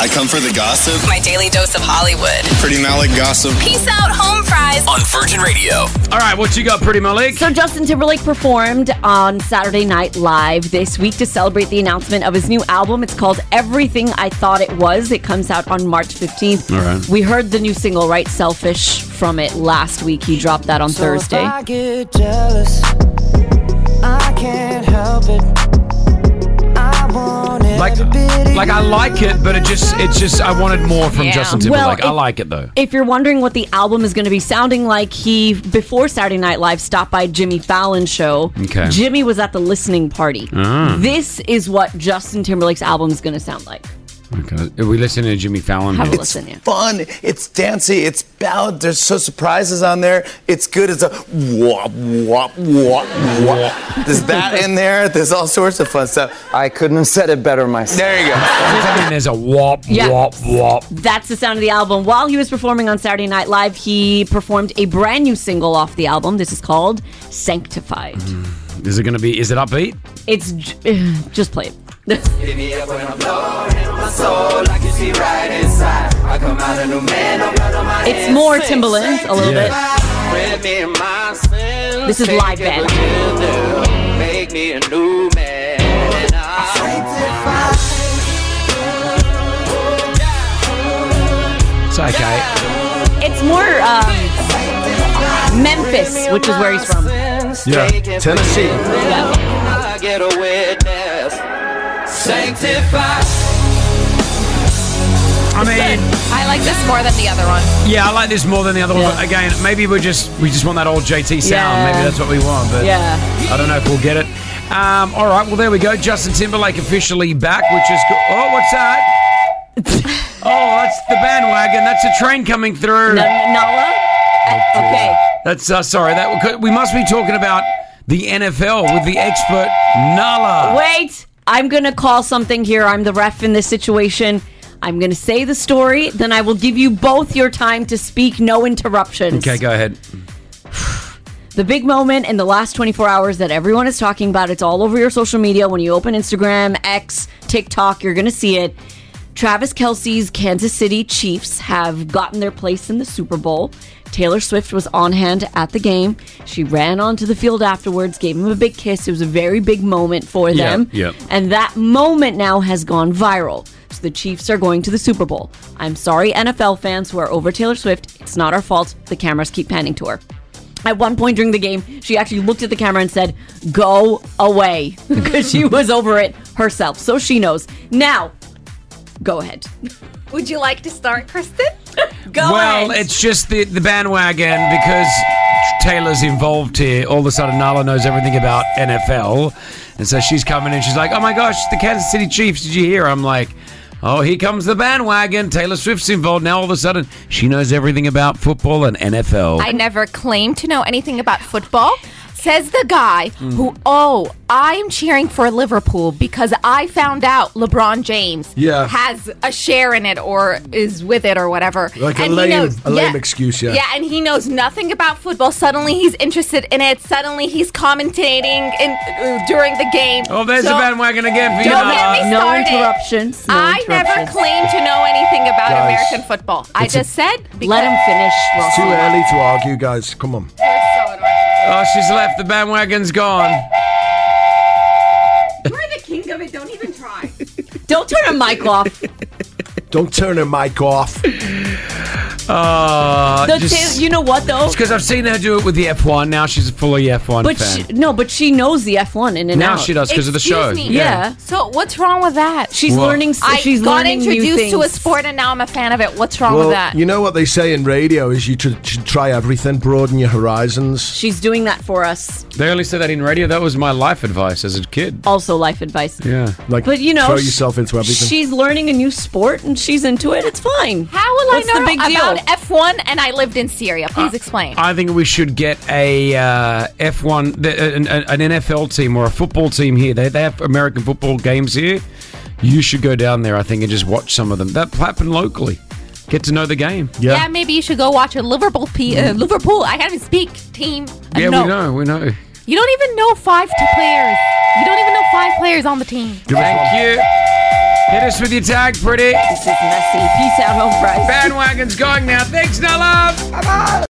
I come for the gossip. My daily dose of Hollywood. Pretty Malik gossip. Peace out, home fries. on Virgin Radio. All right, what you got, Pretty Malik? So Justin Timberlake performed on Saturday Night Live this week to celebrate the announcement of his new album. It's called Everything I Thought It Was. It comes out on March 15th. All right. We heard the new single, right? Selfish from it last week. He dropped that on Thursday. I get jealous. I can't help it. I want Like, every bit of like I like it, but it just, it's just, I wanted more from Yeah. Justin Timberlake. Well, I if- like it though. If you're wondering what the album is going to be sounding like, he before Saturday Night Live stopped by Jimmy Fallon show. Okay. Ah. Jimmy was at the listening party. This is what Justin Timberlake's album is going to sound like. Okay. Are we listening to Jimmy Fallon? Have a here? listen. Yeah. fun. It's dancey. It's ballad. There's so surprises on there. It's good as a wop wop wop wop. There's that in there. There's all sorts of fun stuff. I couldn't have said it better myself. There you go. I mean, there's a wop, Yeah. wop, wop. That's the sound of the album. While he was performing on Saturday Night Live, he performed a brand new single off the album. This is called Sanctified. Is it going to be? Is it upbeat? It's j- just play it. It's more Timbaland, a little Yeah. bit. This is live band. It's okay. It's more um, Memphis, which is where he's from. Yeah, Tennessee. I mean, I like this more than the other one. yeah, I like this more than the other one. But again, maybe we're just we just want that old JT sound. Yeah. Maybe that's what we want. But Yeah. I don't know if we'll get it. Um, all right, well there we go. Justin Timberlake officially back, which is cool. Oh, what's that? oh, that's the bandwagon. That's a train coming through. N- N- Nala? Okay. That's uh, sorry. That we must be talking about the NFL with the expert Nala. Wait, I'm going to call something here. I'm the ref in this situation. I'm going to say the story, then I will give you both your time to speak, no interruptions. Okay, go ahead. The big moment in the last 24 hours that everyone is talking about, it's all over your social media. When you open Instagram, X, TikTok, you're going to see it. Travis Kelsey's Kansas City Chiefs have gotten their place in the Super Bowl. Taylor Swift was on hand at the game. She ran onto the field afterwards, gave him a big kiss. It was a very big moment for Yeah, them. yeah. And that moment now has gone viral. So the Chiefs are going to the Super Bowl. I'm sorry, NFL fans who are over Taylor Swift. It's not our fault. The cameras keep panning to her. At one point during the game, she actually looked at the camera and said, Go away, because she was over it herself. So she knows. Now, go ahead. Would you like to start, Kristen? Go well, ahead. it's just the the bandwagon because Taylor's involved here. All of a sudden, Nala knows everything about NFL, and so she's coming in. She's like, "Oh my gosh, the Kansas City Chiefs! Did you hear?" I'm like. Oh, here comes the bandwagon. Taylor Swift's involved. Now all of a sudden, she knows everything about football and NFL. I never claimed to know anything about football. Says the guy who, oh, I'm cheering for Liverpool because I found out LeBron James Yeah. has a share in it or is with it or whatever. Like a he lame- a lame excuse, yeah. Yeah, and he knows nothing about football. Suddenly he's interested in it. Suddenly he's commentating in, uh, during the game. oh, there's So the bandwagon again for you, Don't Nala. get me no started. interruptions. No I never interruptions. claimed to know anything about Guys, American football. I just said because Let him finish. It's too Ross. early to argue, guys. Come on. You're so annoying. Oh, she's left. The bandwagon's gone. You're the king of it. Don't even try. Don't turn her mic off. Don't turn her mic off. Uh, The just- ta- you know what, though? Because I've seen her do it with the F1. Now she's a fully F1 But fan. she, no, but she knows the F1 in and now out. she does because of the Excuse show. me. Yeah. So what's wrong with that? She's Well- learning. I she's got learning new introduced to a things. sport and now I'm a fan of it. What's wrong Well, with that? you know what they say in radio is you tr- should try everything, broaden your horizons. She's doing that for us. They only said that in radio. That was my life advice as a kid. Also, life advice. Yeah. Like, But you know, throw sh- yourself into everything. She's learning a new sport and she's into it. It's fine. How will What's I know the big about deal? F1 and I lived in Syria? Please explain. I think we should get a uh, F1, th- an, an NFL team or a football team here. They, they have American football games here. You should go down there, I think, and just watch some of them. That happened locally. Get to know the game. yeah. maybe you should go watch a Liverpool. P- uh, Liverpool. I can't even speak. Team. Uh, Yeah, no. we know. We know. You don't even know five t- players. You don't even know five players on the team. Thank you. Hit us with your tag, pretty. This is messy. Peace out, home fries. Bandwagon's going now. Thanks, Nala.